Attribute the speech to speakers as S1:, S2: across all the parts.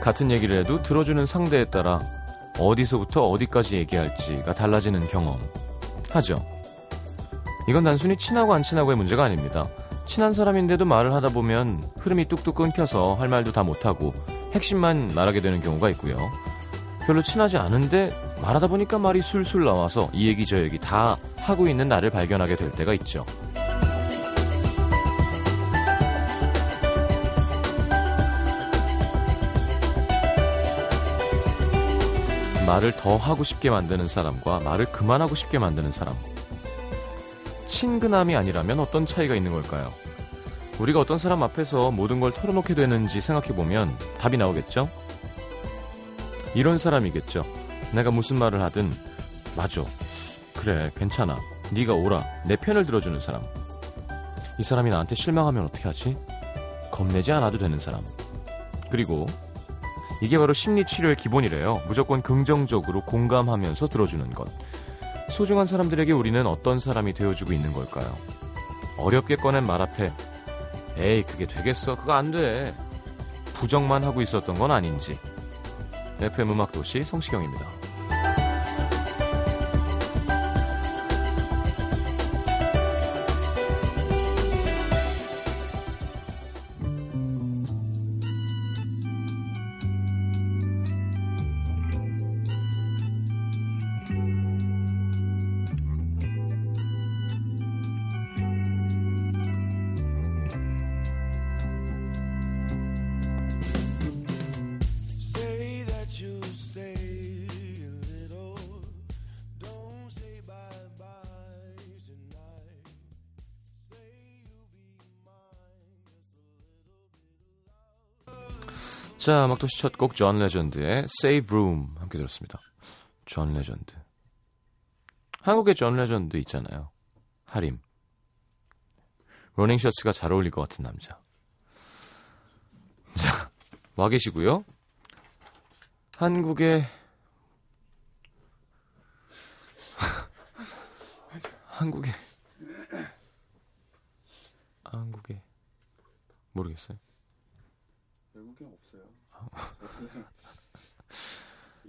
S1: 같은 얘기를 해도 들어주는 상대에 따라 어디서부터 어디까지 얘기할지가 달라지는 경험. 하죠. 이건 단순히 친하고 안 친하고의 문제가 아닙니다. 친한 사람인데도 말을 하다 보면 흐름이 뚝뚝 끊겨서 할 말도 다 못하고 핵심만 말하게 되는 경우가 있고요. 별로 친하지 않은데 말하다 보니까 말이 술술 나와서 이 얘기 저 얘기 다 하고 있는 나를 발견하게 될 때가 있죠. 말을 더 하고 싶게 만드는 사람과 말을 그만하고 싶게 만드는 사람. 친근함이 아니라면 어떤 차이가 있는 걸까요? 우리가 어떤 사람 앞에서 모든 걸 털어놓게 되는지 생각해보면 답이 나오겠죠? 이런 사람이겠죠. 내가 무슨 말을 하든, 맞아. 그래, 괜찮아. 네가 오라. 내 편을 들어주는 사람. 이 사람이 나한테 실망하면 어떻게 하지? 겁내지 않아도 되는 사람. 그리고 이게 바로 심리치료의 기본이래요. 무조건 긍정적으로 공감하면서 들어주는 것. 소중한 사람들에게 우리는 어떤 사람이 되어주고 있는 걸까요? 어렵게 꺼낸 말 앞에 에이 그게 되겠어 그거 안 돼 부정만 하고 있었던 건 아닌지 FM 음악도시 성시경입니다.
S2: Say that you'll stay a little. Don't say bye bye tonight. Say you'll be mine.
S1: 자 음악도시 첫 곡 존 레전드의 Save Room 함께 들었습니다. 존 레전드 한국의 존 레전드 있잖아요. 하림 러닝 셔츠가 잘 어울릴 것 같은 남자. 자, 와 계시고요. 한국의 한국의 한국의 모르겠어요.
S3: 외국인 네, 없어요.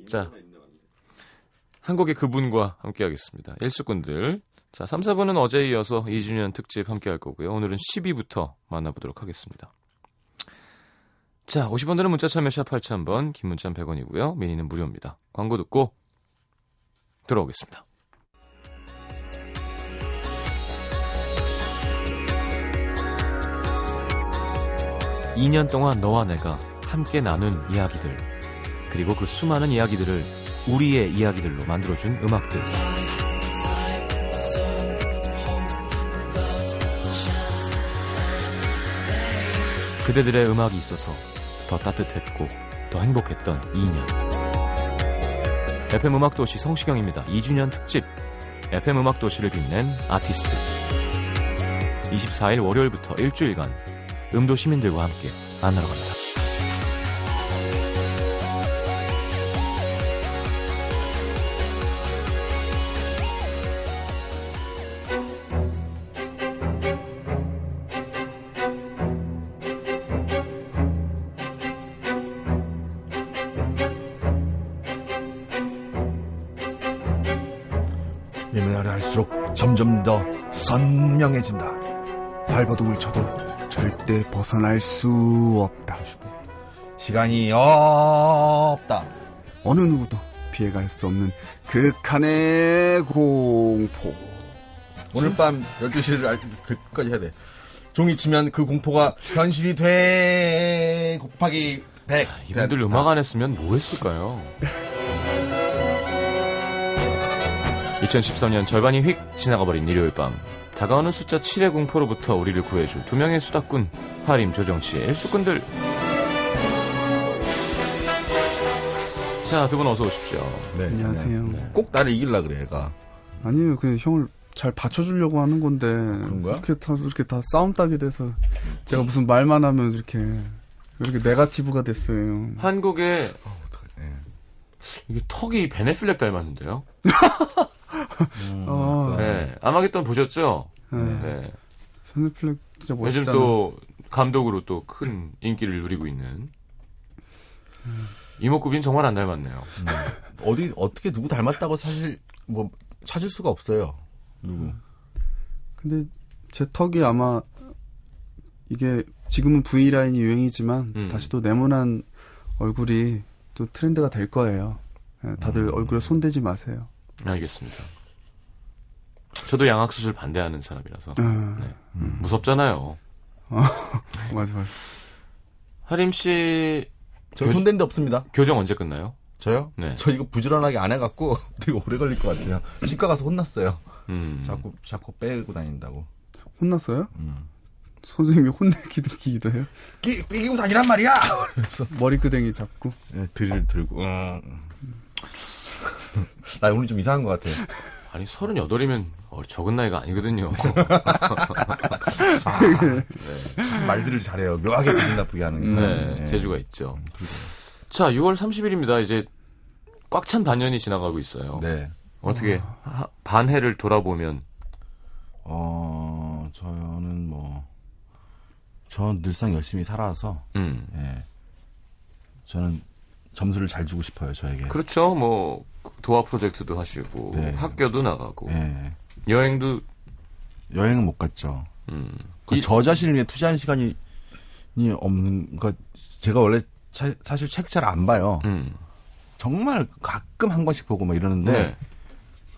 S1: 자. 한국의 그분과 함께 하겠습니다. 일수꾼들. 자, 3, 4분은 어제에 이어서 2주년 특집 함께 할 거고요. 오늘은 10위부터 만나보도록 하겠습니다. 자, 50원 드는 문자 참여 샵 8000번, 긴 문자는 100원이고요. 미니는 무료입니다. 광고 듣고 들어오겠습니다. (2년) 동안 너와 내가 함께 나눈 이야기들 그리고 그 수많은 이야기들을 우리의 이야기들로 만들어준 음악들. 그대들의 음악이 있어서 더 따뜻했고 더 행복했던 2년. FM 음악도시 성시경입니다. 2주년 특집. FM 음악도시를 빛낸 아티스트. 24일 월요일부터 일주일간 음도 시민들과 함께 만나러 갑니다.
S3: 예매를 할수록 점점 더 선명해진다. 발버둥을 쳐도 절대 벗어날 수 없다. 시간이 없다.
S4: 어느 누구도 피해갈 수 없는 극한의 공포.
S3: 오늘 밤 12시를 알 그까지 해야 돼. 종이 치면 그 공포가 현실이 돼 곱하기 네. 100.
S1: 이분들 음악 안 했으면 뭐 했을까요? 2013년 절반이 휙 지나가버린 일요일 밤 다가오는 숫자 7의 공포로부터 우리를 구해줄 두 명의 수다꾼 하림 조정치의 일수꾼들 자 두 분 어서 오십시오
S3: 네,
S4: 안녕하세요.
S3: 꼭 나를 이길라 그래, 얘가.
S4: 아니에요, 그냥 형을 잘 받쳐주려고 하는 건데
S3: 거야?
S4: 이렇게 다 이렇게 다 싸움 따게 돼서 제가 무슨 말만 하면 이렇게 이렇게 네가티브가 됐어요.
S1: 한국의
S3: 네.
S1: 이게 턱이 베네필렉 닮았는데요
S3: 어.
S4: 아,
S1: 네 아마겟돈 보셨죠?
S4: 네.
S1: 네
S4: 팬플렉 진짜
S1: 요즘
S4: 멋있잖아.
S1: 또 감독으로 또 큰 인기를 누리고 있는 이목구비는 정말 안 닮았네요.
S3: 어디 어떻게 누구 닮았다고 사실 뭐 찾을 수가 없어요. 누구?
S4: 근데 제 턱이 아마 이게 지금은 V 라인이 유행이지만
S1: 음.
S4: 다시 또 네모난 얼굴이 또 트렌드가 될 거예요. 예, 다들 얼굴에 손대지 마세요.
S1: 알겠습니다. 저도 양악 수술 반대하는 사람이라서
S3: 음.
S4: 아,
S1: 네. 무섭잖아요.
S4: 맞아 맞아.
S1: 하림 씨
S3: 저
S1: 교-
S3: 손댄 데 없습니다.
S1: 교정 언제 끝나요?
S3: 그- 저요?
S1: 네.
S3: 저 이거 부지런하게 안 해갖고 되게 오래 걸릴 것 같아요. 치과 가서 혼났어요.
S1: 음.
S3: 자꾸 자꾸 빼고 다닌다고.
S4: 혼났어요? 선생님이 혼내기도 해요.
S3: 끼, 끼고 다니란 말이야. 그래서
S4: 머리끄댕이 잡고.
S3: 예, 드릴 들고. 음. 나 오늘 좀 이상한 것 같아요.
S1: 아니 서른여덟이면 적은 나이가 아니거든요.
S3: 말들을 잘해요. 묘하게 기분 나쁘게 하는 사람.
S1: 네, 재주가 있죠.
S3: 음,
S1: 자, 6월 30일입니다. 이제 꽉 찬 반년이 지나가고 있어요.
S3: 네.
S1: 어떻게 하- 반해를 돌아보면
S3: 어, 저는 뭐, 저는 늘상 열심히 살아서,
S1: 음.
S3: 예. 저는 점수를 잘 주고 싶어요, 저에게.
S1: 그렇죠. 뭐 도화 프로젝트도 하시고
S3: 네.
S1: 학교도 나가고
S3: 예.
S1: 여행도
S3: 여행은 못 갔죠.
S1: 음.
S3: 그
S1: 이-
S3: 저 자신을 위해 투자한 시간이, 이 없는, 그, 제가 원래 차- 사실 책 잘 안 봐요.
S1: 음.
S3: 정말 가끔 한 권씩 보고 막 이러는데,
S1: 네.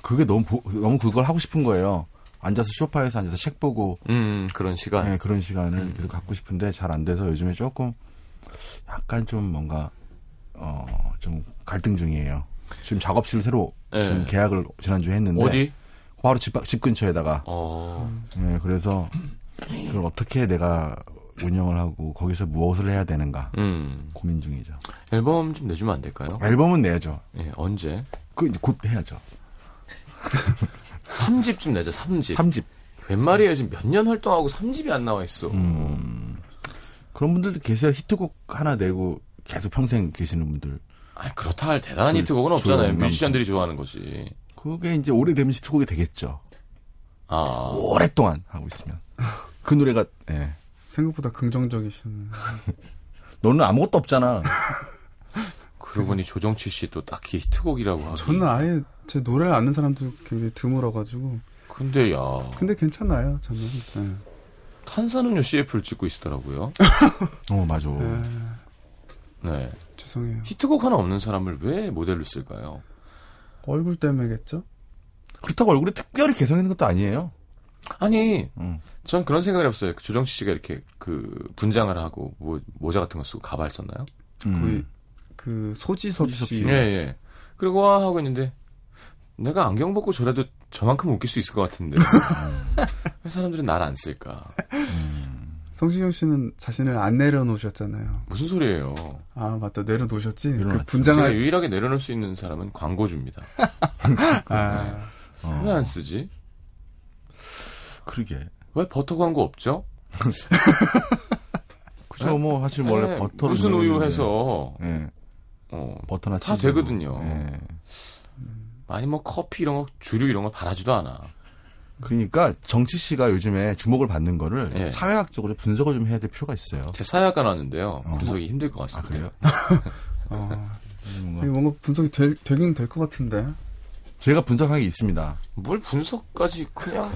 S3: 그게 너무, 보- 너무 그걸 하고 싶은 거예요. 앉아서 소파에서 앉아서 책 보고,
S1: 음, 그런 시간.
S3: 네, 그런 시간을
S1: 음.
S3: 계속 갖고 싶은데 잘 안 돼서 요즘에 조금 약간 좀 뭔가 어 좀 갈등 중이에요. 지금 작업실 새로
S1: 네.
S3: 지금 계약을 지난주에 했는데
S1: 어디?
S3: 바로 집, 앞- 집 근처에다가
S1: 어.
S3: 네, 그래서 그걸 어떻게 내가 운영을 하고 거기서 무엇을 해야 되는가
S1: 음.
S3: 고민 중이죠.
S1: 앨범 좀 내주면 안 될까요?
S3: 앨범은 내야죠.
S1: 예, 언제?
S3: 그 이제 곧 해야죠.
S1: 3집 좀 내자. 3집.
S3: 삼집
S1: 웬 말이에요. 지금 몇 년 활동하고 3집이 안 나와 있어.
S3: 음. 그런 분들도 계세요. 히트곡 하나 내고 계속 평생 계시는 분들.
S1: 아니, 그렇다 할 대단한
S3: 조-
S1: 히트곡은 없잖아요.
S3: 조용남.
S1: 뮤지션들이 좋아하는 거지.
S3: 그게 이제 오래되면 히트곡이 되겠죠.
S1: 아.
S3: 오랫동안 하고 있으면 그 노래가 예.
S4: 생각보다 긍정적이시네.
S3: 너는 아무것도 없잖아.
S1: 그러고 보니 조정치 씨 또 딱히 히트곡이라고 하고.
S4: 저는 아예 제 노래를 아는 사람들 굉장히 드물어가지고.
S1: 근데 야.
S4: 근데 괜찮아요, 저는. 네.
S1: 탄산음료 CF를 찍고 있더라고요.
S3: 어 맞아.
S1: 네.
S4: 죄송해요.
S1: 히트곡 하나 없는 사람을 왜 모델로 쓸까요?
S4: 얼굴 때문에겠죠?
S3: 그렇다고 얼굴에 특별히 개성 있는 것도 아니에요.
S1: 아니,
S3: 음.
S1: 전 그런 생각을 해봤어요. 조정치 씨가 이렇게 그 분장을 하고 모, 모자 같은 거 쓰고 가발 썼나요?
S3: 음.
S4: 거의 그 소지섭
S3: 소지섭
S4: 씨.
S3: 씨.
S1: 예, 예. 그리고 와 하고 있는데 내가 안경 벗고 저래도 저만큼 웃길 수 있을 것 같은데 왜 사람들은 날 안 쓸까?
S4: 성시경 씨는 자신을 안 내려놓으셨잖아요.
S1: 무슨 소리예요?
S4: 아 맞다 내려놓으셨지. 그
S3: 내려놨죠.
S1: 제가
S4: 분장할
S1: 유일하게 내려놓을 수 있는 사람은 광고주입니다.
S4: 아,
S1: 네.
S3: 어.
S1: 왜 안 쓰지?
S3: 그러게.
S1: 왜 버터 광고 없죠?
S3: 그죠. 뭐 사실 원래
S1: 예,
S3: 버터
S1: 무슨 우유 해서
S3: 예.
S1: 어,
S3: 버터나
S1: 다
S3: 치즈
S1: 되거든요.
S3: 예.
S1: 많이 뭐 커피 이런 거 주류 이런 걸 바라지도 않아.
S3: 그러니까 정치 씨가 요즘에 주목을 받는 거를
S1: 예.
S3: 사회학적으로 분석을 좀 해야 될 필요가 있어요.
S1: 제 사회학과 나왔는데요.
S3: 어.
S1: 분석이 힘들 것
S3: 아
S1: 같습니다.
S3: 그래요?
S4: 어, 이게
S1: 네.
S3: 뭔가
S4: 뭔가 분석이 될, 되긴 될 것 같은데.
S3: 제가 분석한 게 있습니다.
S1: 뭘 분석까지 그냥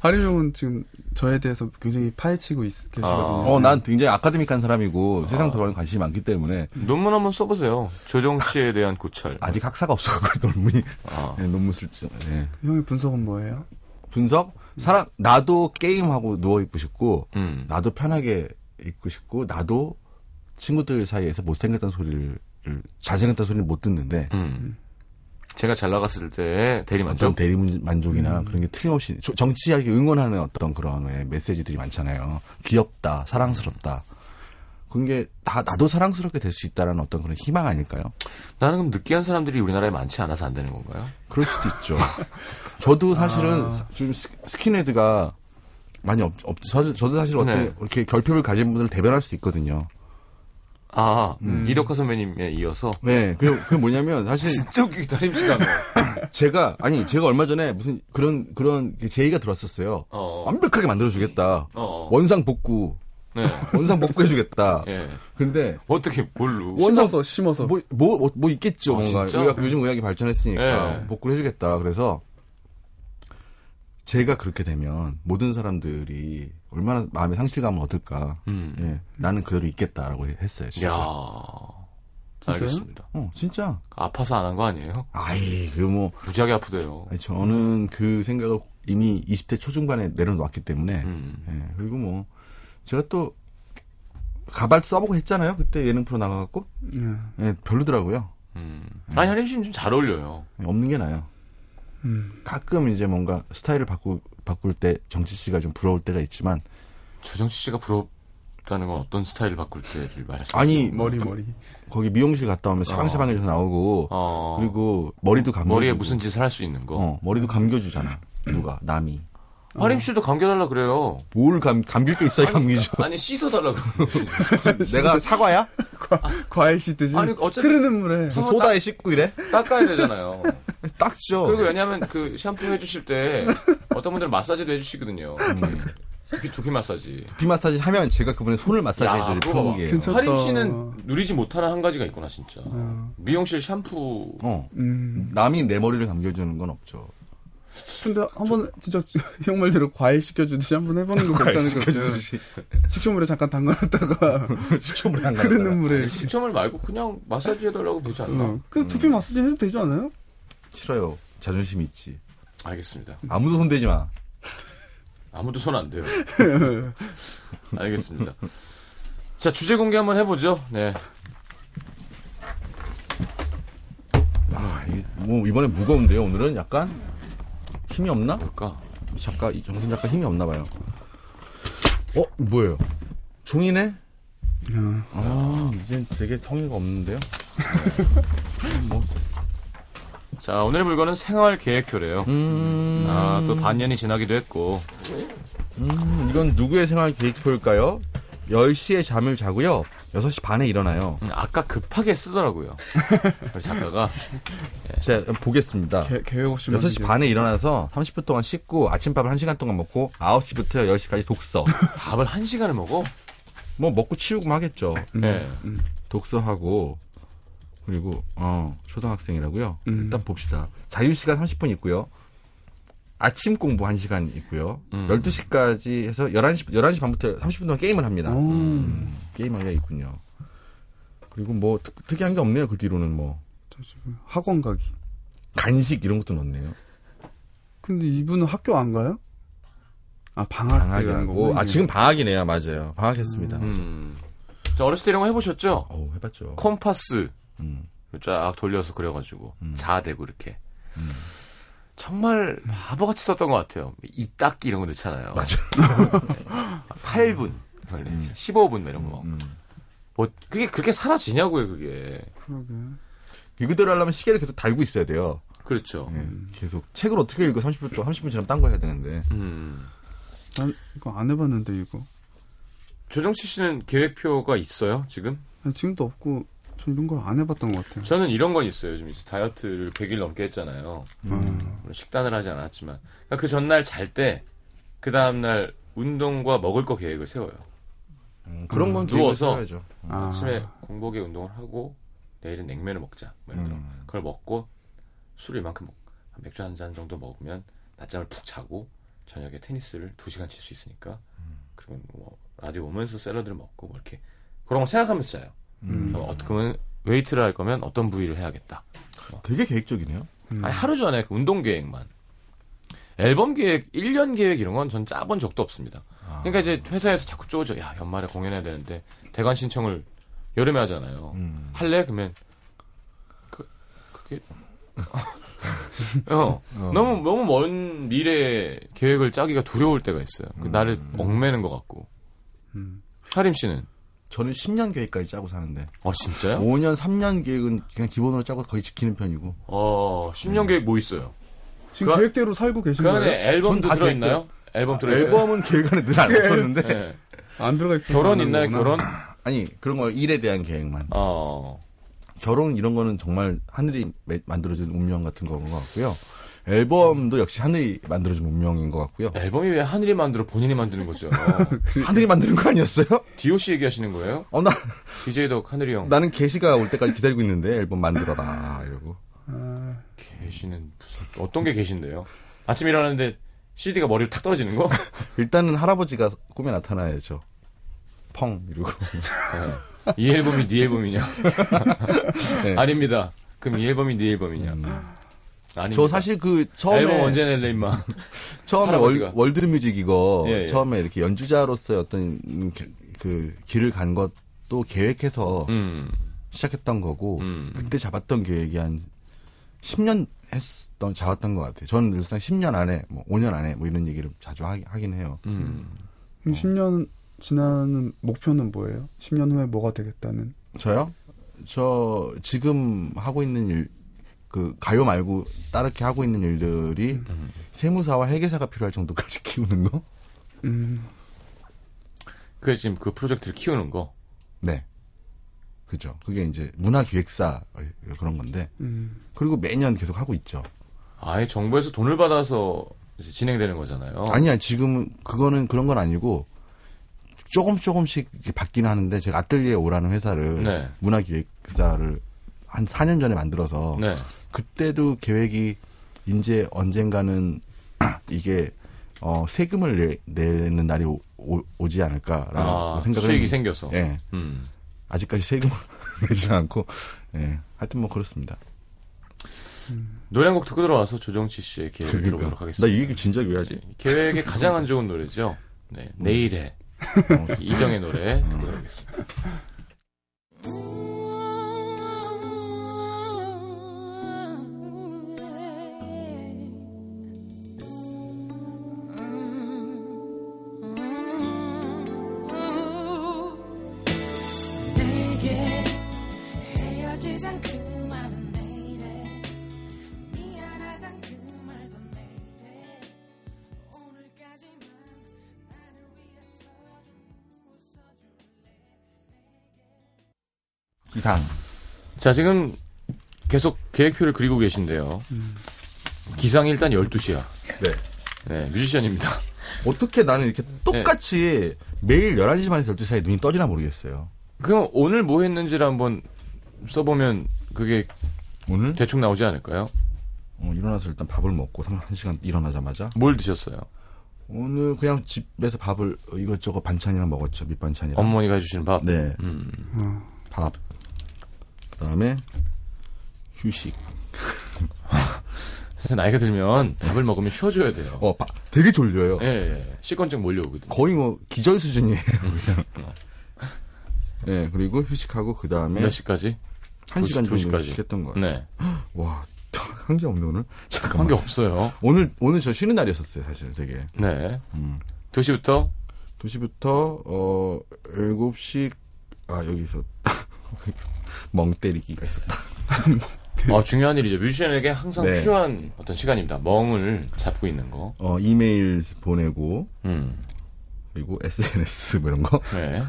S4: 하리종은 지금 저에 대해서 굉장히 파헤치고 있, 계시거든요.
S1: 아.
S3: 어, 난 굉장히 아카데믹한 사람이고 세상 돌아가는 관심이 많기 때문에
S1: 논문 한번 써보세요. 조정 씨에 대한 고찰.
S3: 아직 학사가 없어 그 논문이
S1: 아.
S3: 예, 논문 쓸지. 예.
S4: 형의 분석은 뭐예요?
S3: 분석 사람 나도 게임하고 누워 있고 싶고
S1: 음.
S3: 나도 편하게 있고 싶고 나도 친구들 사이에서 못생겼다는 소리를 잘생겼다는 소리를 못 듣는데
S1: 음. 제가 잘 나갔을 때 대리만족. 음.
S3: 어떤 대리만족이나 그런 게 틀림없이 조- 정치하게 응원하는 어떤 그런 왜 메시지들이 많잖아요. 귀엽다, 사랑스럽다. 그런 게다 나도 사랑스럽게 될 수 있다라는 어떤 그런 희망 아닐까요?
S1: 나는 그럼 느끼한 사람들이 우리나라에 많지 않아서 안 되는 건가요?
S3: 그럴 수도 있죠. 저도 사실은
S1: 아.
S3: 사- 좀 스- 스킨헤드가 많이 없, 없 저- 저도 사실 어때
S1: 네.
S3: 이렇게 결핍을 가진 분들을 대변할 수도 있거든요.
S1: 아,
S3: 음.
S1: 이덕화 선배님에 이어서
S3: 네, 그게, 그게 뭐냐면 사실
S1: 진짜 웃기게 다림씨가
S3: 제가 아니 제가 얼마 전에 무슨 그런 그런 제의가 들었었어요.
S1: 어.
S3: 완벽하게 만들어주겠다.
S1: 어.
S3: 원상 복구
S1: 네.
S3: 원상 복구해 주겠다.
S1: 예.
S3: 근데
S1: 어떻게 뭘로?
S4: 심어서 심어서
S3: 뭐 뭐 뭐 있겠죠
S1: 아,
S3: 뭔가
S1: 진짜?
S3: 의학, 요즘 의학이 발전했으니까
S1: 예.
S3: 복구를 해주겠다 그래서 제가 그렇게 되면 모든 사람들이 얼마나 마음의 상실감을 얻을까
S1: 음.
S3: 예, 나는 그대로 있겠다라고 했어요 진짜
S1: 야.
S4: 진짜요?
S1: 알겠습니다.
S3: 어 진짜
S1: 아파서 안 한 거 아니에요?
S3: 아이 그뭐
S1: 무지하게 아프대요.
S3: 아니, 저는 그 생각을 이미 20대 초중반에 내려놓았기 때문에
S1: 음.
S3: 예, 그리고 뭐 제가 또 가발 써보고 했잖아요 그때 예능 프로 나가갖고
S4: 예.
S3: 예, 별로더라고요
S1: 음. 아니 한림 씨는 좀 잘 어울려요.
S3: 예, 없는 게 나아요
S4: 음.
S3: 가끔 이제 뭔가 스타일을 바꾸, 바꿀 때 정치 씨가 좀 부러울 때가 있지만
S1: 조정치 씨가 부럽다는 건 어떤 스타일을 바꿀 때를 말하시는
S3: 아니
S4: 머리 머리
S3: 거기 미용실 갔다 오면 샤방샤방해서 나오고
S1: 어.
S3: 그리고 머리도 감겨
S1: 머리에 무슨 짓을 할 수 있는 거.
S3: 어 머리도 감겨주잖아 누가 남이
S1: 한림 씨도 감겨달라 그래요.
S3: 뭘 감, 감길 게 있어야 감기죠
S1: 아니 씻어달라고.
S3: 내가 사과야?
S4: 과일 씻듯이
S1: 아니, 어차피-
S4: 흐르는 물에
S1: 서-
S3: 소다에 씻고 이래?
S1: 닦아야 되잖아요.
S3: 딱죠
S1: 그리고 왜냐하면 그 샴푸 해주실 때 어떤 분들은 마사지도 해주시거든요.
S3: 음.
S1: 음. 두피 두피 마사지.
S3: 비 마사지 하면 제가 그분의 손을 마사지해줘요
S1: 그거
S3: 편곡이에요
S4: 괜찮-
S1: 하림 씨는 누리지 못하는 한 가지가 있구나 진짜. 미용실 샴푸.
S3: 음. 어
S4: 어. 음.
S3: 남이 내 머리를 감겨주는 건 없죠
S4: 근데 한번 진짜 형 말대로 과일 시켜주듯이 한번 해보는 거 괜찮은 것 같아요. 식초물에 잠깐 담가놨다가 아,
S3: 시초물에 안
S4: 흐르는 물에 이렇게.
S1: 시청을 말고 그냥 마사지 해달라고 되지 않나?
S3: 음.
S4: 어. 그 두피 마사지 해도 되지 않아요?
S3: 싫어요 자존심 있지
S1: 알겠습니다.
S3: 아무도 손대지 마
S1: 아무도 손 안 대요. 알겠습니다. 자 주제 공개 한번 해보죠. 네.
S3: 아, 이게 뭐 이번에 무거운데요. 오늘은 약간 힘이 없나?
S1: 뭘까?
S3: 작가 이 정선 작가 힘이 없나 봐요. 어 뭐예요? 종이네? 아 이제 되게 성의가 없는데요. 뭐,
S1: 자 오늘 물건은 생활 계획표래요.
S3: 음,
S1: 아 또 반년이 지나기도 했고
S3: 음, 이건 누구의 생활 계획표일까요? 10시에 잠을 자고요. 6시 반에 일어나요.
S1: 음, 아까 급하게 쓰더라고요. 우리 작가가
S3: 제가 보겠습니다.
S4: 계, 계획 없이
S3: 네. 6시 반에 일어나서 30분 동안 씻고 아침밥을 1시간 동안 먹고 9시부터 10시까지 독서.
S1: 밥을 한 시간을 먹어.
S3: 뭐 먹고 치우고 하겠죠.
S1: 네.
S3: 독서하고 그리고 어 초등학생이라고요.
S4: 음.
S3: 일단 봅시다. 자유 시간 30분 있고요. 아침 공부 1시간 있고요.
S1: 음.
S3: 12시까지 해서 11시 11시 반부터 30분 동안 게임을 합니다.
S4: 음.
S3: 게임하기가 있군요. 그리고 뭐 특, 특이한 게 없네요. 그 뒤로는 뭐
S4: 학원 가기.
S3: 간식 이런 것도 넣네요.
S4: 근데 이분은 학교 안 가요? 아 방학 때 가는
S3: 방학이라고.
S4: 거고.
S3: 아 지금 방학이네요. 맞아요. 방학했습니다.
S1: 음. 자 어렸을 때 이런 거 해보셨죠?
S3: 어우 해봤죠.
S1: 콤파스
S3: 음.
S1: 쫙 돌려서 그려가지고 자대고 이렇게. 음. 정말 바보같이 썼던 것 같아요. 이 닦기 이런 거 넣잖아요. 맞아. 음. 8분, 15분 이런 거.
S3: 음.
S1: 뭐 그게 그렇게 사라지냐고요, 그게.
S4: 그러게.
S3: 이거대로 하려면 시계를 계속 달고 있어야 돼요.
S1: 그렇죠.
S3: 예, 계속 책을 어떻게 읽고 30분 동안 30분 지나면 딴 거 해야 되는데.
S1: 음.
S4: 난 이거 안 해봤는데 이거.
S1: 조정치 씨는 계획표가 있어요, 지금?
S4: 아니, 지금도 없고 전 이런 걸 안 해봤던 것 같아요.
S1: 저는 이런 건 있어요. 요즘 이제 다이어트를 100일 넘게 했잖아요.
S4: 음.
S1: 물론 식단을 하지 않았지만. 그러니까 그 전날 잘 때, 그 다음날 운동과 먹을 거 계획을 세워요.
S3: 음, 그런 건
S1: 음,
S3: 계획을
S1: 누워서.
S3: 세워야죠.
S4: 아.
S1: 아침에 공복에 운동을 하고 내일은 냉면을 먹자. 뭐 이런 거.
S3: 음.
S1: 그걸 먹고 술을 이만큼 먹고 한 맥주 한 잔 정도 먹으면 낮잠을 푹 자고 저녁에 테니스를 두 시간 칠 수 있으니까
S4: 음.
S1: 그리고 뭐 라디오 오면서 샐러드를 먹고 뭐 이렇게 그런 걸 생각하면서 자요.
S4: 음.
S1: 어, 어떻게 보면 웨이트를 할 거면 어떤 부위를 해야겠다.
S3: 되게 계획적이네요.
S1: 아니 하루 전에 그 운동 계획만 앨범 계획, 1년 계획 이런 건 전 짜본 적도 없습니다. 그러니까 이제 회사에서 자꾸 쪼죠. 야 연말에 공연해야 되는데 대관 신청을 여름에 하잖아요.
S3: 음.
S1: 할래? 그러면 그 그게 어, 너무 너무 먼 미래 계획을 짜기가 두려울 때가 있어요. 그 나를 얽매는 것 같고.
S4: 음.
S1: 하림 씨는
S3: 저는 10년 계획까지 짜고 사는데
S1: 어 진짜요?
S3: 5년, 3년 계획은 그냥 기본으로 짜고 거의 지키는 편이고
S1: 어 10년 계획 뭐 있어요?
S4: 지금
S1: 그-
S4: 계획대로 살고
S1: 그
S4: 계신가요?
S1: 안에 앨범도
S3: 전다 아,
S1: 들어있나요? 앨범 들어있어요?
S3: 앨범은 계획 안에 늘 안 넣었는데
S1: 예.
S4: 안 들어가 있어요.
S1: 결혼 있나요? 결혼?
S3: 아니 그런 거 일에 대한 계획만
S1: 어.
S3: 결혼 이런 거는 정말 하늘이 매- 만들어준 운명 같은 거인 것 같고요 앨범도 역시 하늘이 만들어준 운명인 것 같고요.
S1: 앨범이 왜 하늘이 만들어 본인이 만드는 거죠? 그,
S3: 하늘이 만드는 거 아니었어요?
S1: DOC 얘기하시는 거예요?
S3: 어, 나,
S1: DJ 덕 하늘이 형.
S3: 나는 게시가 올 때까지 기다리고 있는데 앨범 만들어라 이러고.
S4: 아,
S1: 계시는 무슨 어떤 게 계신데요? 아침에 일어났는데 CD가 머리로 탁 떨어지는 거?
S3: 일단은 할아버지가 꿈에 나타나야죠. 펑 이러고.
S1: 네. 이 앨범이 네 앨범이냐?
S3: 네. 음.
S1: 아닙니다. 그럼 이 앨범이 네 앨범이냐? 아니.
S3: 저 사실 그 처음에
S1: 앨범 언제 낼래 임마.
S3: 처음에
S1: 할아버지가.
S3: 월, 드뮤직 이거
S1: 예, 예.
S3: 처음에 이렇게 연주자로서의 어떤 그, 그 길을 간 것도 계획해서
S1: 음.
S3: 시작했던 거고
S1: 음.
S3: 그때 잡았던 계획이 한 10년 했던 잡았던 것 같아요. 저는 늘상 10년 안에 뭐 5년 안에 뭐 이런 얘기를 자주 하, 하긴 해요.
S1: 음.
S4: 그럼 10년 지나는 목표는 뭐예요? 10년 후에 뭐가 되겠다는?
S3: 저요? 저 지금 하고 있는 일, 그 가요 말고 따르게 하고 있는 일들이
S1: 음.
S3: 세무사와 회계사가 필요할 정도까지 키우는 거?
S4: 음,
S1: 그게 지금 그 프로젝트를 키우는 거.
S3: 네. 그죠. 그게 이제 문화기획사 그런 건데
S4: 음,
S3: 그리고 매년 계속 하고 있죠.
S1: 아예 정부에서 돈을 받아서 이제 진행되는 거잖아요.
S3: 아니야 지금은 그거는 그런 건 아니고 조금 조금씩 이렇게 바뀌긴 하는데 제가 아뜰리에 오라는 회사를
S1: 네.
S3: 문화기획사를 한 4년 전에 만들어서
S1: 네.
S3: 그때도 계획이 이제 언젠가는 이게 어, 세금을 내, 내는 날이 오, 지 않을까라는
S1: 아,
S3: 생각을
S1: 수익이
S3: 했는데,
S1: 생겨서.
S3: 예,
S1: 음.
S3: 아직까지 세금을 내지 않고 예, 하여튼 뭐 그렇습니다.
S1: 노래 한 곡 듣고 들어와서 조정치 씨의 계획을 예, 들어보도록 하겠습니다.
S3: 그러니까. 나이 얘기 진작 왜 하지?
S1: 계획에 가장 안 좋은 노래죠. 네, 내일의 이정의
S3: 음.
S1: 노래 듣고 들어오겠습니다.
S5: 내게 헤어지잔 그 말은 내일에 미안하단 그 말도 내일에 오늘까지만 나를 위해서 좀 웃어줄래
S3: 이상.
S1: 자, 지금 계속 계획표를 그리고 계신데요.
S3: 음.
S1: 기상이 일단 12시야.
S3: 네.
S1: 네, 뮤지션입니다.
S3: 어떻게 나는 이렇게
S1: 네.
S3: 똑같이 매일 11시 반에서 12시 사이 눈이 떠지나 모르겠어요.
S1: 그럼 오늘 뭐 했는지를 한번 써보면 그게
S3: 오늘
S1: 대충 나오지 않을까요?
S3: 어, 일어나서 일단 밥을 먹고 1시간 일어나자마자
S1: 뭘 드셨어요?
S3: 오늘 그냥 집에서 밥을 이것저것 반찬이랑 먹었죠. 밑반찬이랑.
S1: 어머니가 해주시는 밥.
S3: 네.
S1: 음.
S3: 밥. 그다음에 휴식.
S1: 사실 나이가 들면 밥을 먹으면 쉬어줘야 돼요.
S3: 네. 어, 바- 되게 졸려요.
S1: 예, 예. 식건증 몰려오거든요.
S3: 거의 뭐 기절 수준이에요.
S1: 음.
S3: 예, 네, 그리고 휴식하고 그다음에
S1: 몇 시까지?
S3: 한
S1: 두 시-
S3: 시간
S1: 두
S3: 정도
S1: 시까지.
S3: 휴식했던 거예요.
S1: 네.
S3: 와, 한 게 없네 오늘.
S1: 한
S3: 어. 잠깐만.
S1: 게 없어요.
S3: 오늘 오늘 저 쉬는 날이었었어요, 사실 되게.
S1: 네.
S3: 음.
S1: 2시부터
S3: 2시부터 어 7시 아, 여기서 멍 때리기가 있었다.
S1: 아, 중요한 일이죠. 뮤지션에게 항상
S3: 네.
S1: 필요한 어떤 시간입니다. 멍을 잡고 있는 거.
S3: 어, 이메일 보내고
S1: 음.
S3: 그리고 SNS 뭐 이런 거.
S1: 네.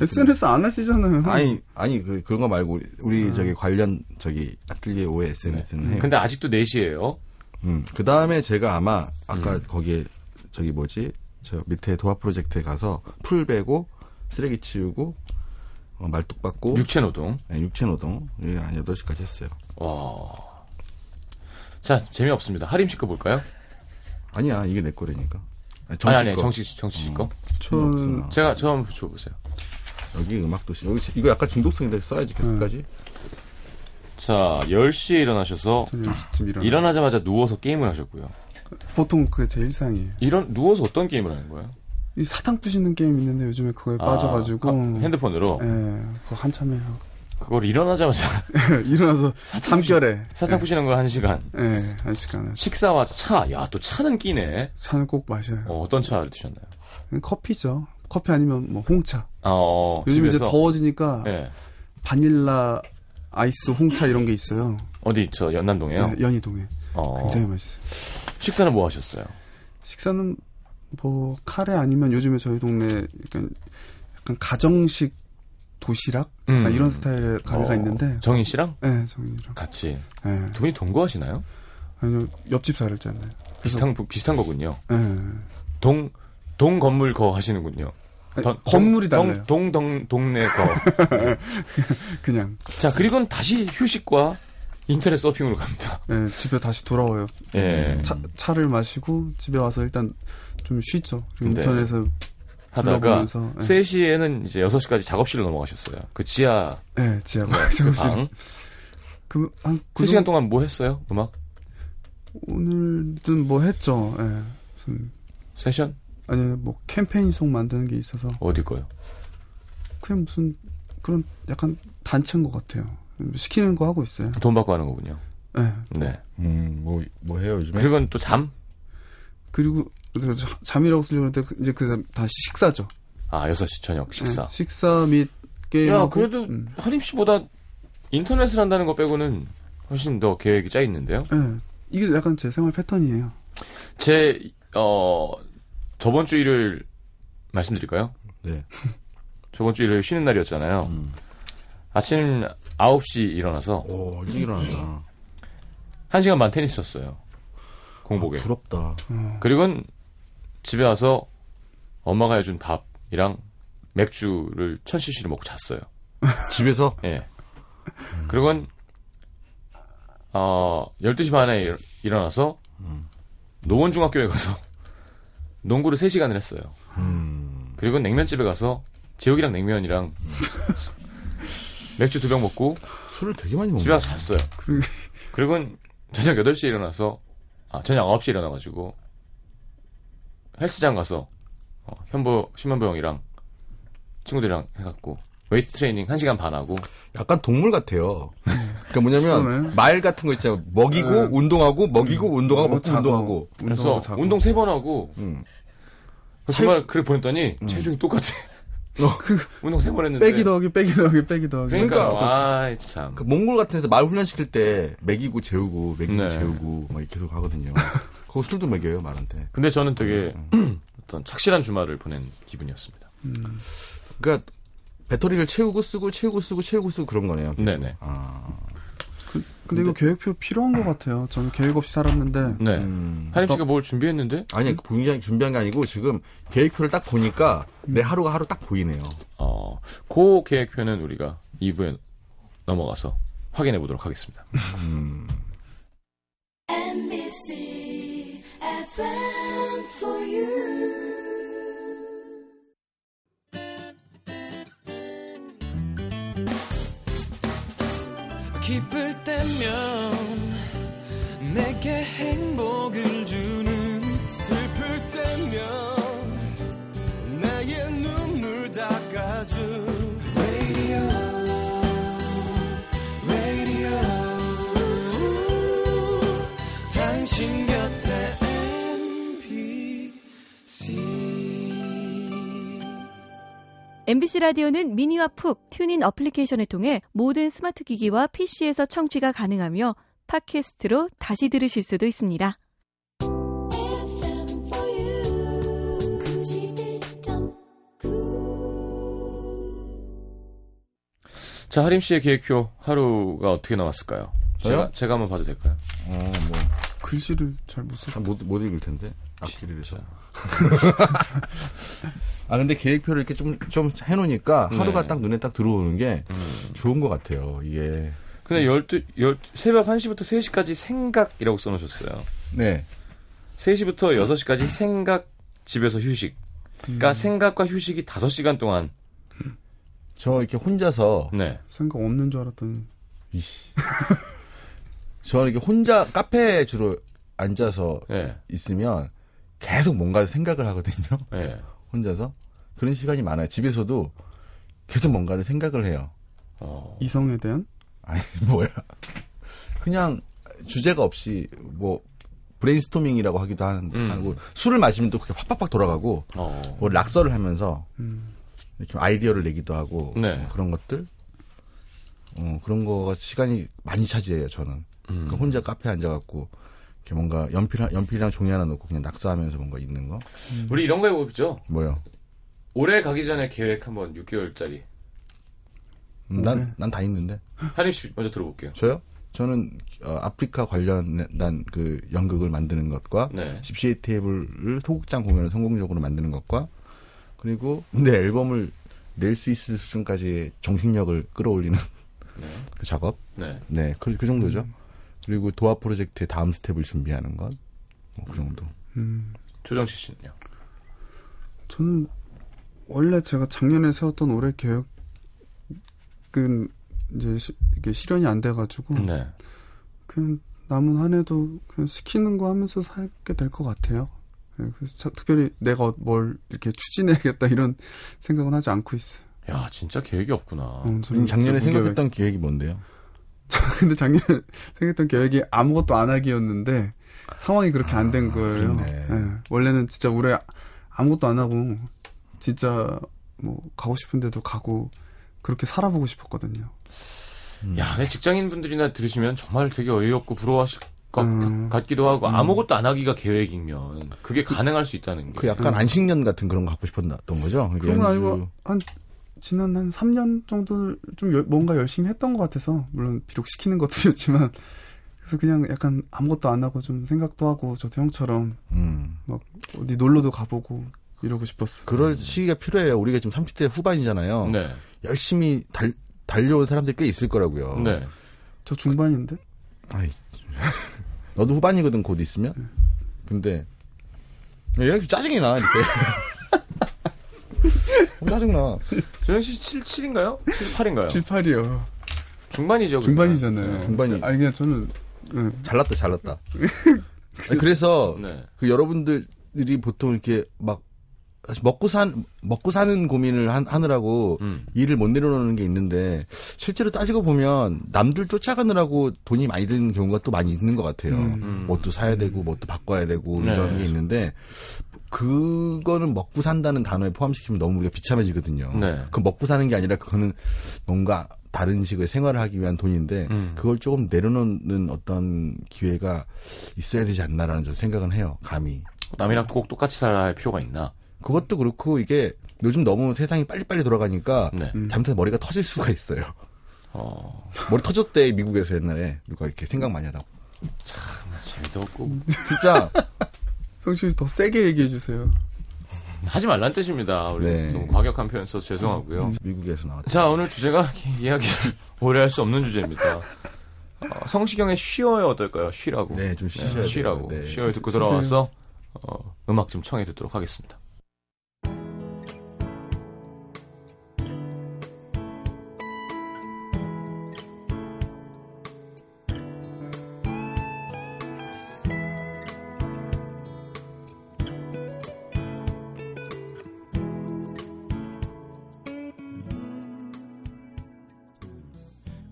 S4: SNS 안 하시잖아요.
S1: 음.
S3: 아니, 아니, 그, 그런 거 말고, 우리, 우리 저기 관련, 저기, 아틀리에 오의 SNS는 해요.
S1: 네. 근데 아직도 4시예요.
S3: 음, 그 다음에 제가 아마,
S1: 음.
S3: 아까 거기에, 저기 뭐지, 저 밑에 도화 프로젝트에 가서 풀 베고, 쓰레기 치우고, 어, 말뚝 받고,
S1: 육체 노동.
S3: 네, 육체노동, 예, 한 8시까지 했어요.
S1: 와. 자, 재미없습니다. 하림 씨거 볼까요?
S3: 아니야, 이게 내 거라니까. 아니,
S1: 아니, 아니,
S3: 정치 거. 아.
S1: 정치, 정치 씨 거.
S4: 저는
S3: 음, 없어.
S1: 제가 저 한번 줘보세요.
S3: 여기 음악도시. 여기, 이거 약간 중독성인데 써야지,
S4: 네.
S3: 끝까지.
S1: 자, 10시에 일어나셔서
S4: 저녁 10시쯤 일어나.
S1: 일어나자마자 누워서 게임을 하셨고요.
S4: 보통 그게 제 일상이에요.
S1: 이런 누워서 어떤 게임을 하는 거예요?
S4: 이 사탕 부시는 게임 있는데 요즘에 그거에
S1: 아,
S4: 빠져가지고
S1: 컴- 핸드폰으로
S4: 예, 그거 한참 해요.
S1: 그걸 일어나자마자
S4: 일어나서 잠결에
S1: 사탕 부시는 거 한 시간.
S4: 예, 한 시간.
S1: 식사와 차. 야, 또 차는 끼네.
S4: 차는 꼭 마셔요.
S1: 어, 떤 차를 드셨나요?
S4: 커피죠. 커피 아니면 뭐 홍차.
S1: 아, 어,
S4: 요즘
S1: 집에서
S4: 이제 더워지니까
S1: 예.
S4: 바닐라 아이스 홍차 이런 게 있어요.
S1: 어디 저 연남동에요.
S4: 예, 연희동에
S1: 어,
S4: 굉장히 맛있어요.
S1: 식사는 뭐 하셨어요?
S4: 식사는 뭐 카레 아니면 요즘에 저희 동네 약간 약간 가정식 도시락
S1: 음.
S4: 약간 이런 스타일의 가게가
S1: 어,
S4: 있는데
S1: 정인 씨랑
S4: 예, 정이랑
S1: 같이
S4: 예,
S1: 두 분이 동거하시나요?
S4: 예, 아니요 옆집 살았잖아요.
S1: 비슷한 부- 비슷한 거군요.
S4: 예.
S1: 동, 동 건물 거 하시는군요.
S4: 아니,
S1: 던-
S4: 건물이
S1: 동-
S4: 달라요.
S1: 동, 동, 동네 거.
S4: 그냥
S1: 자, 그리고는 다시 휴식과 인터넷 서핑으로 갑니다.
S4: 예, 집에 다시 돌아와요.
S1: 예.
S4: 차, 차를 마시고 집에 와서 일단 좀 쉬죠. 그리고
S1: 네.
S4: 인터넷에
S1: 하다가
S4: 둘러보면서 예.
S1: 3시에는 이제 6시까지 작업실로 넘어가셨어요. 그 지하
S4: 예, 지하 작업실.
S1: 방.
S4: 그한
S1: 아. 3시간 동안 뭐 했어요? 음악?
S4: 오늘든 뭐 했죠. 예. 무슨
S1: 세션?
S4: 아니 뭐 캠페인송 만드는 게 있어서
S1: 어디 거요?
S4: 그냥 무슨 그런 약간 단체인 것 같아요. 시키는 거 하고 있어요.
S1: 돈 받고 하는 거군요.
S4: 예.
S1: 네.
S3: 음, 뭐, 뭐 해요, 요즘에?
S1: 그리고는 또 잠? 그리고
S4: 그래서 자- 잠이라고 쓰려고 했는데 그- 이제 그 다음 다시 식사죠.
S1: 아, 6시 저녁 식사.
S4: 예, 식사 및 음. 게임.
S1: 야, 그래도 하림 씨보다 인터넷을 한다는 거 빼고는 훨씬 더 계획이 짜 있는데요.
S4: 예. 이게 약간 제 생활 패턴이에요.
S1: 제, 어, 저번 주 일요일 말씀드릴까요?
S3: 네.
S1: 저번 주 일요일 쉬는 날이었잖아요.
S3: 음.
S1: 아침 9시 일어나서
S3: 오, 일찍 일어난다.
S1: 1시간 반 테니스 쳤어요. 공복에.
S3: 아, 부럽다.
S1: 그리고는 집에 와서 엄마가 해준 밥이랑 맥주를 1000cc를 먹고 잤어요.
S3: 집에서?
S1: 예. 그리고는, 어, 12시 반에 일- 일어나서 노원중학교에 가서 농구를 3시간을 했어요.
S3: 음.
S1: 그리고 냉면집에 가서 제육이랑 냉면이랑 맥주 두 병 먹고
S3: 술을 되게 많이 먹네.
S1: 집에 와서 잤어요.
S4: 그리고
S1: 그리고 저녁 8시에 일어나서 아, 저녁 9시에 일어나가지고 헬스장 가서 어, 현보 신만보 형이랑 친구들이랑 해갖고 웨이트 트레이닝 1시간 반 하고
S3: 약간 동물 같아요. 그러니까 뭐냐면,
S4: 그러네.
S3: 말 같은 거 있잖아요. 먹이고,
S4: 네. 음.
S3: 운동하고, 먹이고, 운동하고, 먹고,
S4: 자고,
S3: 운동하고.
S1: 그래서
S4: 운동하고 자고.
S1: 운동 세 번 하고
S3: 음.
S1: 정말 그래 보냈더니 체중이 똑같아. 그 운동 세 번 했는데
S4: 빼기 더하기 빼기 더하기 빼기 더하기.
S1: 그러니까
S4: 똑같이.
S1: 아이 참.
S3: 그 몽골 같은 데서 말 훈련시킬 때 먹이고 재우고 먹이고
S1: 네.
S3: 재우고 막 이렇게 계속 하거든요. 그거 술도 먹여요 말한테.
S1: 근데 저는 되게 어떤 착실한 주말을 보낸 기분이었습니다.
S3: 그러니까 배터리를 채우고 쓰고 채우고 쓰고 채우고 쓰고 그런 거네요.
S1: 네네.
S3: 아,
S4: 근데 이거 계획표 필요한 것 같아요. 저는 계획 없이 살았는데
S1: 네.
S3: 음.
S1: 하림 씨가 뭘 준비했는데?
S3: 아니 그 분량 준비한 게 아니고 지금 계획표를 딱 보니까 내 하루가 하루 딱 보이네요.
S1: 어, 그 계획표는 우리가 2부에 넘어가서 확인해 보도록 하겠습니다.
S5: NBC FM for you.
S2: 기쁠 때면 내게 행복을 주는 슬플 때면 나의 눈물 닦아준 Radio Radio 당신 곁에 MBC
S6: MBC 라디오는 미니와 푹 튜닝 어플리케이션을 통해 모든 스마트 기기와 PC에서 청취가 가능하며 팟캐스트로 다시 들으실 수도 있습니다.
S5: FM for you. 91.9.
S1: 자, 하림 씨의 계획표 하루가 어떻게 나왔을까요?
S3: 저요?
S1: 제가 제가 한번 봐도 될까요?
S3: 어뭐못
S4: 글씨를 잘 못 써.
S3: 못 읽을 텐데 앞길이라서. 아 근데 계획표를 이렇게 좀 좀 해놓으니까 하루가
S1: 네.
S3: 딱 눈에 딱 들어오는 게 좋은 것 같아요. 이게
S1: 근데 열두 열 새벽 1시부터 3시까지 생각이라고 써 놓으셨어요.
S3: 네
S1: 3시부터 6시까지 생각 집에서 휴식. 그러니까 생각과 휴식이 5시간 동안
S3: 저 이렇게 혼자서
S1: 네.
S4: 생각 없는 줄 알았더니
S3: 이씨. 저는 이렇게 혼자 카페에 주로 앉아서
S1: 예.
S3: 있으면 계속 뭔가 생각을 하거든요.
S1: 예.
S3: 혼자서. 그런 시간이 많아요. 집에서도 계속 뭔가를 생각을 해요.
S1: 어.
S4: 이성에 대한
S3: 아니, 뭐야. 그냥 주제가 없이 뭐 브레인스토밍이라고 하기도 하는,
S1: 음.
S3: 하고 술을 마시면 또 그게 팍팍팍 돌아가고
S1: 어.
S3: 뭐 낙서를 하면서
S4: 음.
S3: 이렇게 아이디어를 내기도 하고
S1: 네.
S3: 뭐 그런 것들 어, 그런 거가 시간이 많이 차지해요 저는
S1: 음.
S3: 그 혼자 카페에 앉아갖고 이렇게 뭔가 연필 하- 연필이랑 종이 하나 놓고 그냥 낙서하면서 뭔가 있는 거
S1: 우리 이런 거 해보죠.
S3: 뭐요
S1: 올해 가기 전에 계획 한번 6개월짜리.
S3: 음, 난 난 다 있는데
S4: 네.
S1: 하림 씨 먼저 들어볼게요.
S3: 저요 저는 어, 아프리카 관련한 그 연극을 만드는 것과
S1: 네.
S3: 집시의 테이블을 소극장 공연을 성공적으로 만드는 것과 그리고 내 앨범을 낼 수 있을 수준까지의 정신력을 끌어올리는 그 작업
S1: 네.
S3: 네 그 정도죠
S4: 음.
S3: 그리고 도화 프로젝트의 다음 스텝을 준비하는 것 그 정도
S4: 음,
S1: 조정식 씨는요.
S4: 저는 원래 제가 작년에 세웠던 올해 계획은 이제 시- 이게 실현이 안 돼가지고
S1: 네.
S4: 그냥 남은 한 해도 그냥 시키는 거 하면서 살게 될 것 같아요. 예, 그래서 자- 특별히 내가 뭘 이렇게 추진해야겠다 이런 생각은 하지 않고 있어요.
S1: 야, 진짜 계획이 없구나.
S4: 음, 저는
S3: 음,
S4: 진짜
S3: 작년에
S4: 무계획.
S3: 생각했던 기획이 뭔데요?
S4: 근데 작년에 생각했던 계획이 아무것도 안 하기였는데 상황이 그렇게 안 된 거예요.
S3: 아, 그렇네.
S4: 예, 원래는 진짜 올해 아무것도 안 하고 진짜 뭐 가고 싶은 데도 가고 그렇게 살아보고 싶었거든요.
S1: 야, 직장인 분들이나 들으시면 정말 되게 어이없고 부러워하실 것
S4: 음.
S1: 같- 같기도 하고 아무것도 안 하기가 계획이면 그게 가능할 수 있다는 게.
S3: 그 약간 안식년 같은 그런 거 갖고 싶었던 거죠? 그게
S4: 음. 그런 건
S3: 연주-
S4: 아니고 한 지난 한 3년 정도 좀 열- 뭔가 열심히 했던 것 같아서 물론 비록 시키는 것들이었지만 그래서 그냥 약간 아무것도 안 하고 좀 생각도 하고 저도 형처럼
S3: 음.
S4: 어디 놀러도 가보고 이러고 싶었어요.
S3: 그럴 시기가 필요해요. 우리가 지금 30대 후반이잖아요.
S1: 네.
S3: 열심히 달, 달려온 사람들이 꽤 있을 거라고요.
S1: 네.
S4: 저 중반인데
S3: 아이, 너도 후반이거든, 곧 있으면? 근데, 야, 이렇게 짜증이 나, 이렇게. 너무 짜증나.
S1: 조정식 씨 77인가요? 78인가요?
S4: 7, 8이요.
S1: 중반이죠. 그러니까.
S4: 어. 중반이잖아요.
S3: 중반이-
S4: 아니 그냥 저는 예.
S3: 잘났다, 잘났다. 아니, 그래서,
S1: 네.
S3: 그 여러분들이 보통 이렇게 막, 사실 먹고 산, 먹고 사는 고민을 한- 하느라고
S1: 음.
S3: 일을 못 내려놓는 게 있는데 실제로 따지고 보면 남들 쫓아가느라고 돈이 많이 드는 경우가 또 많이 있는 것 같아요.
S1: 음.
S3: 뭣도 사야 되고 뭣도 바꿔야 되고
S1: 네.
S3: 이런 게 있는데 그거는 먹고 산다는 단어에 포함시키면 너무 우리가 비참해지거든요.
S1: 네.
S3: 그 먹고 사는 게 아니라 그거는 뭔가 다른 식의 생활을 하기 위한 돈인데
S1: 음.
S3: 그걸 조금 내려놓는 어떤 기회가 있어야 되지 않나라는 저는 생각은 해요. 감히.
S1: 남이랑 꼭 똑같이 살아야 할 필요가 있나?
S3: 그것도 그렇고 이게 요즘 너무 세상이 빨리빨리 돌아가니까
S1: 네.
S3: 잘못해서 머리가 터질 수가 있어요.
S1: 어,
S3: 머리 터졌대 미국에서 옛날에 누가 이렇게 생각 많이 하다고
S1: 재미도 없고.
S3: 진짜
S4: 성실이 더 세게 얘기해 주세요.
S1: 하지 말란 뜻입니다. 우리
S3: 네. 음.
S1: 너무 과격한 표현 써서 죄송하고요.
S3: 미국에서 나왔죠
S1: 자, 오늘 주제가 이야기를 오래 할 수 없는 주제입니다. 어, 성시경의 쉬어요 어떨까요? 쉬라고.
S3: 네좀 쉬셔야 돼요
S1: 쉬라고.
S3: 네.
S1: 쉬어요 듣고
S4: 쉬세요.
S1: 돌아와서 어, 음악 좀 청해 듣도록 하겠습니다.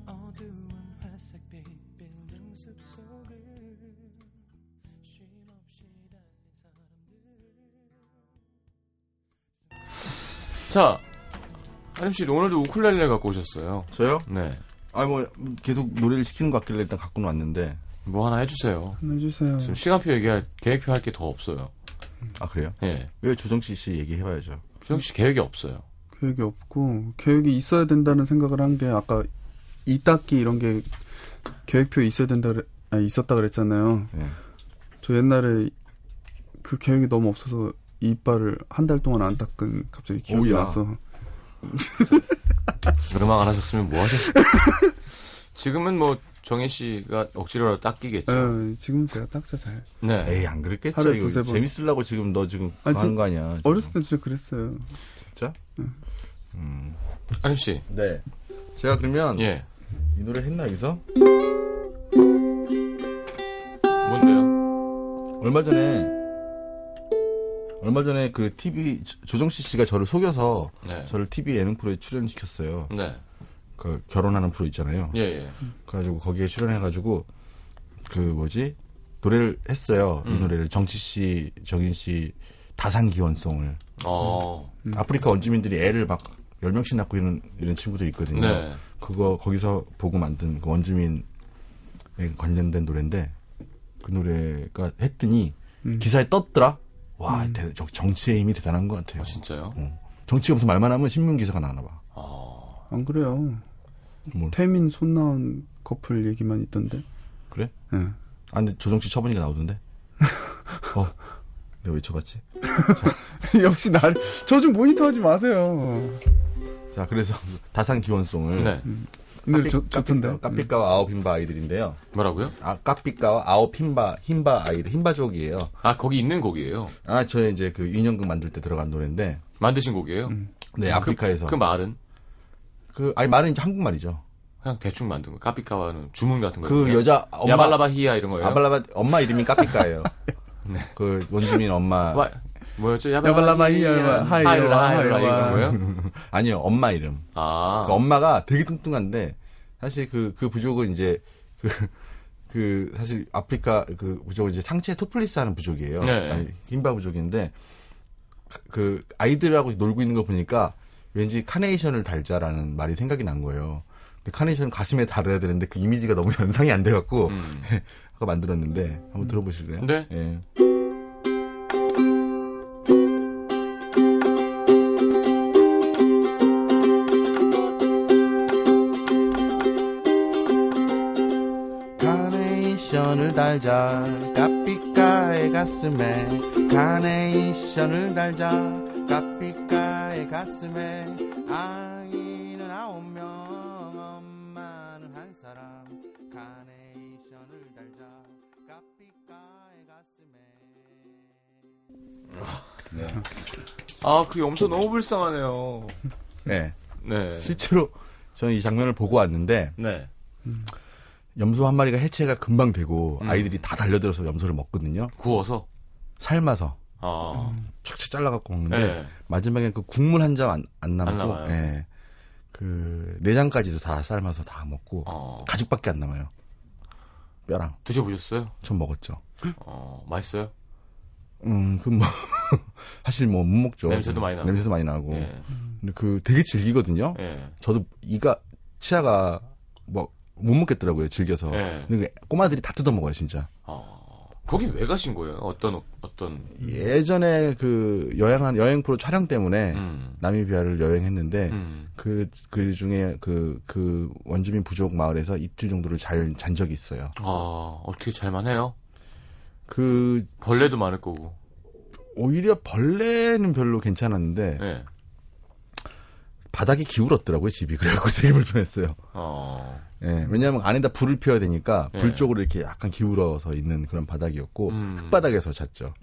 S2: 어두운 회색빛 빌딩 숲속을 쉼없이 달린 사람들
S1: 자, 하림 씨 오늘도 우쿨렐레 갖고 오셨어요.
S3: 저요?
S1: 네.
S3: 아뭐 계속 노래를 시키는 것 같길래 일단 갖고는 왔는데
S1: 뭐 하나 해주세요.
S4: 하나 해주세요.
S1: 지금 시간표 얘기할 계획표 할 게 더 없어요.
S3: 아 그래요?
S1: 예.
S3: 왜 조정식 씨 얘기해봐야죠
S1: 규정 씨 계획이 없어요.
S4: 계획이 없고 계획이 있어야 된다는 생각을 한 게 아까 이닦기 이런 게 계획표에 있어야 된다 그래- 아니, 있었다 그랬잖아요.
S3: 네.
S4: 저 옛날에 그 계획이 너무 없어서 이빨을 한 달 동안 안 닦은 갑자기 기억이
S3: 오야.
S4: 나서
S1: 음악 안 하셨으면 뭐 하셨을까? 지금은 뭐 정혜 씨가 억지로라도 닦이겠죠.
S4: 에, 예, 지금 제가 닦자 잘.
S1: 네.
S3: 에이 안 그랬겠죠
S4: 하루에
S3: 이거
S4: 두세 번.
S3: 재밌으려고 지금 너 지금
S4: 아,
S3: 그거 하는
S4: 진-
S3: 거 아니야
S4: 어렸을 때 진짜 그랬어요.
S3: 진짜? 음네
S1: 아림 씨.
S3: 제가 그러면
S1: 예.
S3: 이 노래 했나 여기서?
S1: 뭔데요?
S3: 얼마 전에 얼마 전에 그 TV 조- 조정식 씨가 저를 속여서
S1: 네.
S3: 저를 TV 예능 프로에 출연시켰어요
S1: 네.
S3: 그 결혼하는 프로 있잖아요
S1: 예, 예.
S3: 그래가지고 거기에 출연해가지고 그 뭐지 노래를 했어요. 이
S1: 음.
S3: 노래를 정치 씨, 정인 씨 다산기원송을
S1: 어.
S4: 음.
S3: 아프리카 원주민들이 애를 막 열 명씩 낳고 이런 이런 친구들 있거든요.
S1: 네.
S3: 그거 거기서 보고 만든 그 원주민에 관련된 노래인데 그 노래가 했더니
S1: 음.
S3: 기사에 떴더라. 와, 대- 저 정치의 힘이 대단한 것 같아요.
S1: 아, 진짜요?
S3: 정치가 무슨 말만 하면 신문 기사가 나나 봐.
S1: 어.
S4: 안 그래요.
S3: 뭘?
S4: 태민 손 나온 커플 얘기만 있던데.
S3: 그래?
S4: 예.
S3: 아 근데 조정치 처분이가 나오던데. 어, 내가 왜 쳐봤지?
S4: 역시 나를 저 좀 모니터하지 마세요.
S3: 자, 그래서 다산 기원송을
S1: 네.
S4: 근데 저, 좋던데. 음.
S3: 어, 까삐까와 아홉 흰바 아이들인데요.
S1: 뭐라고요?
S3: 아, 까삐까와 아홉 흰바 흰바 아이들 흰바족이에요.
S1: 아 거기 있는 곡이에요.
S3: 아, 저 이제 그 인형극 만들 때 들어간 노래인데,
S1: 만드신 곡이에요.
S3: 네 아프리카에서
S1: 그,
S3: 그,
S1: 그 말은
S3: 아니 말은 이제 한국말이죠.
S1: 그냥 대충 만든 거. 까피카와는 주문 같은 거.
S3: 그 여자 엄마
S1: 뭐 야발라바히야 이런 거예요. 네.
S3: 아발라바 엄마 이름이 까삐까예요. 그 원주민 엄마
S1: 와, 뭐였죠?
S4: 야발라바히야, 하이라,
S1: 하이라
S4: 하이라.
S1: 하이라 이런 거예요?
S3: 아니요 엄마 이름.
S1: 아
S3: 그 엄마가 되게 뚱뚱한데 사실 그 그 부족은 이제 그 그 사실 아프리카 그 부족은 이제 상체 토플리스 하는 부족이에요.
S1: 네.
S3: 아니, 힌바 부족인데 그 아이들하고 놀고 있는 거 보니까 왠지 카네이션을 달자라는 말이 생각이 난 거예요. 근데 카네이션 가슴에 달아야 되는데 그 이미지가 너무 연상이 안 돼갖고
S1: 음.
S3: 아까 만들었는데 한번 들어보실래요?
S1: 네.
S3: 예. 카네이션을 달자 까삐까의 가슴에 카네이션을 달자 까삐까의 가슴에 아이는 아홉 명 엄마는 한 사람 카네이션을 달자 까삐까의 가슴에
S1: 아, 그 염소 너무 불쌍하네요.
S3: 네
S1: 네.
S3: 실제로 저는 이 장면을 보고 왔는데
S1: 네.
S3: 염소 한 마리가 해체가 금방 되고
S1: 음.
S3: 아이들이 다 달려들어서 염소를 먹거든요
S1: 구워서.
S3: 삶아서
S1: 아.
S3: 착착 잘라갖고 먹는데
S1: 네.
S3: 마지막에 그 국물 한 잔 안
S1: 안
S3: 남고
S1: 남아요.
S3: 예. 그 내장까지도 다 삶아서 다 먹고
S1: 어.
S3: 가죽밖에 안 남아요 뼈랑
S1: 드셔보셨어요?
S3: 전 먹었죠
S1: 어, 맛있어요?
S3: 음그뭐 사실 뭐 못 먹죠
S1: 냄새도 많이 나고.
S3: 냄새도 많이 나고
S1: 예.
S3: 근데 그 되게 즐기거든요
S1: 예.
S3: 저도 이가 치아가 뭐 못 먹겠더라고요 즐겨서
S1: 네.
S3: 근데 그 꼬마들이 다 뜯어 먹어요 진짜
S1: 어. 거기 왜 가신 거예요? 어떤, 어떤.
S3: 예전에 그 여행한 여행 프로 촬영 때문에
S1: 음.
S3: 나미비아를 여행했는데
S1: 음.
S3: 그, 그 중에 그, 그 원주민 부족 마을에서 이틀 정도를 잘, 잔 적이 있어요.
S1: 아, 어떻게 잘만 해요?
S3: 그,
S1: 벌레도 많을 거고.
S3: 오히려 벌레는 별로 괜찮았는데,
S1: 예.
S3: 바닥이 기울었더라고요, 집이. 그래갖고 되게 불편했어요.
S1: 어.
S3: 예, 왜냐면 하 안에다 불을 피워야 되니까,
S1: 예.
S3: 불 쪽으로 이렇게 약간 기울어서 있는 그런 바닥이었고,
S1: 음.
S3: 뭐 흙바닥에서 잤죠.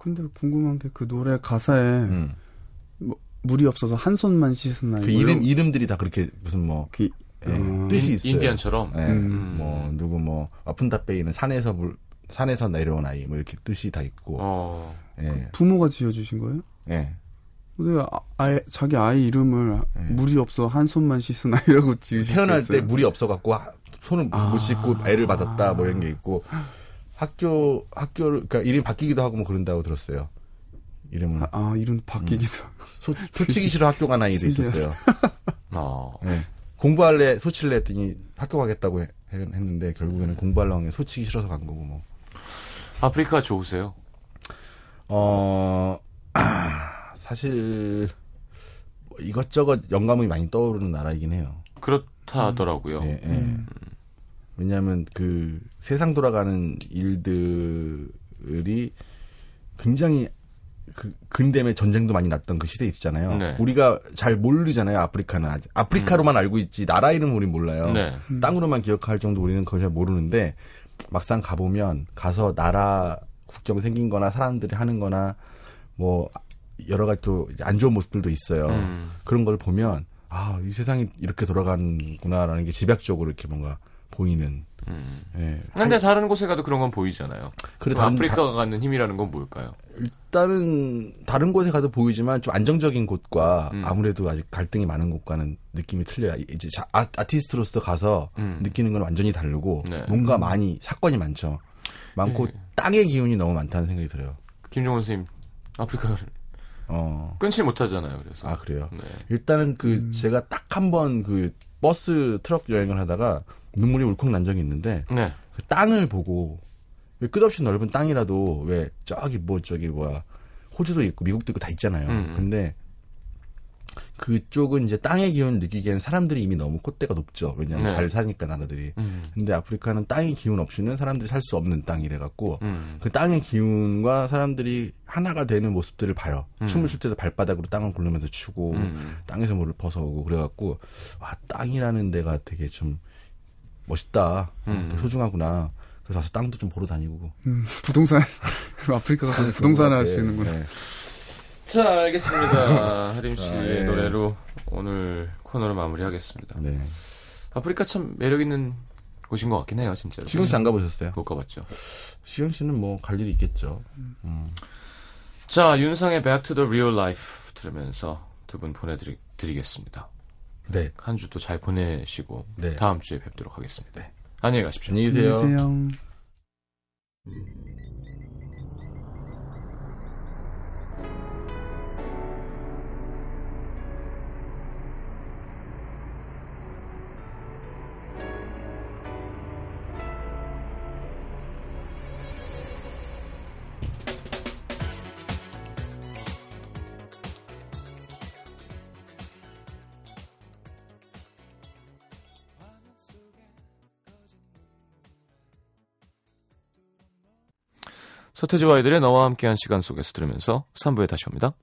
S4: 근데 궁금한 게 그 노래 가사에
S3: 음.
S4: 물이 없어서 한 손만 씻은
S1: 음.
S4: 아이.
S3: 그
S4: 뭐
S3: 이름,
S4: 이런-
S3: 이름들이 다 그렇게 무슨 뭐,
S4: 그,
S3: 예,
S4: 음.
S3: 뜻이 있어요.
S1: 인디안처럼.
S3: 예,
S4: 음.
S3: 뭐, 누구 뭐, 아픈다페이는 산에서 물, 산에서 내려온 아이, 뭐 이렇게 뜻이 다 있고,
S1: 어.
S3: 예,
S4: 부모가 지어주신 거예요?
S3: 예.
S4: 근데 아, 아예 자기 아이 이름을
S3: 예.
S4: 물이 없어 한 손만 씻은 아이라고 지으셨어요.
S3: 태어날 때 물이 없어갖고 하- 손을
S4: 아.
S3: 못 씻고 애를 받았다 뭐 이런 게 있고 학교 학교를 그러니까 이름 바뀌기도 하고 뭐 그런다고 들었어요. 이름은
S4: 아, 그 아, 이름 바뀌기도.
S3: 소, 치기 싫어 학교 간 아이도 있었어요.
S1: 어.
S3: 예. 공부할래 소칠래 했더니 학교 가겠다고 해- 해- 했는데 결국에는 공부하려고 한 게 소치기 싫어서 간 거고 뭐.
S1: 아프리카 좋으세요?
S3: 어 사실 뭐 이것저것 영감이 많이 떠오르는 나라이긴 해요.
S1: 그렇다더라고요.
S3: 예, 예.
S1: 음.
S3: 왜냐하면 그 세상 돌아가는 일들이 굉장히 그 근대의 전쟁도 많이 났던 그 시대 있잖아요.
S1: 네. 음.
S3: 우리가 잘 모르잖아요. 아프리카는 아직. 아프리카로만 알고 있지 나라 이름 우린 몰라요.
S1: 네.
S3: 땅으로만 기억할 정도 우리는 그걸 잘 모르는데 막상 가보면 가서 나라 국경 생긴 거나 사람들이 하는 거나 뭐 여러 가지 또 안 좋은 모습들도 있어요.
S1: 음.
S3: 그런 걸 보면 아 이 세상이 이렇게 돌아가는구나라는 게 집약적으로 이렇게 뭔가 보이는
S1: 음.
S3: 예
S1: 근데 다른 곳에 가도 그런 건 보이잖아요. 그
S3: 그래 다른 다-
S1: 아프리카가 갖는 힘이라는 건 뭘까요?
S3: 일단은 다른 곳에 가도 보이지만 좀 안정적인 곳과
S1: 음.
S3: 아무래도 아직 갈등이 많은 곳과는 느낌이 틀려요 이제 자- 아, 티스트로서 가서
S1: 음.
S3: 느끼는 건 완전히 다르고
S1: 네.
S3: 뭔가 많이 사건이 많죠 많고
S1: 예.
S3: 땅의 기운이 너무 많다는 생각이 들어요
S1: 김종원 선생님 아프리카를
S3: 어아
S1: 끊지 못하잖아요. 그래서
S3: 그래요
S1: 네.
S3: 일단은 그 제가 딱 한 번 그 버스 트럭 여행을 하다가 눈물이 울컥 난 적이 있는데
S1: 네.
S3: 그 땅을 보고 왜 끝없이 넓은 땅이라도 왜 저기 뭐 저기 뭐야 호주도 있고 미국도 있고 다 있잖아요.
S1: 음.
S3: 근데 그쪽은 이제 땅의 기운을 느끼기에는 사람들이 이미 너무 콧대가 높죠. 왜냐하면
S1: 네.
S3: 잘 사니까 나라들이.
S1: 음.
S3: 근데 아프리카는 땅의 기운 없이는 사람들이 살 수 없는 땅 이래갖고
S1: 음.
S3: 그 땅의 기운과 사람들이 하나가 되는 모습들을 봐요.
S1: 음.
S3: 춤을 출 때도 발바닥으로 땅을 굴르면서 추고
S1: 음.
S3: 땅에서 물을 벗어오고 그래갖고 와 땅이라는 데가 되게 좀 멋있다, 아,
S1: 음.
S3: 되게 소중하구나. 그래서 가서 땅도 좀 보러 다니고.
S4: 음, 부동산 아프리카 가서 부동산
S3: 그런 것 같아.
S4: 하시는구나.
S3: 네.
S1: 자, 알겠습니다. 하림 씨의
S3: 아, 예.
S1: 노래로 오늘 코너를 마무리하겠습니다.
S3: 네.
S1: 아프리카 참 매력 있는 곳인 것 같긴 해요, 진짜로.
S3: 시경 씨 안 가보셨어요?
S1: 못 가봤죠.
S3: 시경 씨는 뭐 갈 일이 있겠죠. 음.
S1: 자, 윤상의 Back to the Real Life 들으면서 두 분 보내드리겠습니다.
S3: 네.
S1: 한 주 또 잘 보내시고
S3: 네.
S1: 다음 주에 뵙도록 하겠습니다.
S3: 네.
S1: 안녕히 가십시오.
S3: 안녕히 계세요.
S4: 안녕히 계세요.
S1: 서태지와 아이들의 너와 함께한 시간 속에서 들으면서 3부에 다시 옵니다.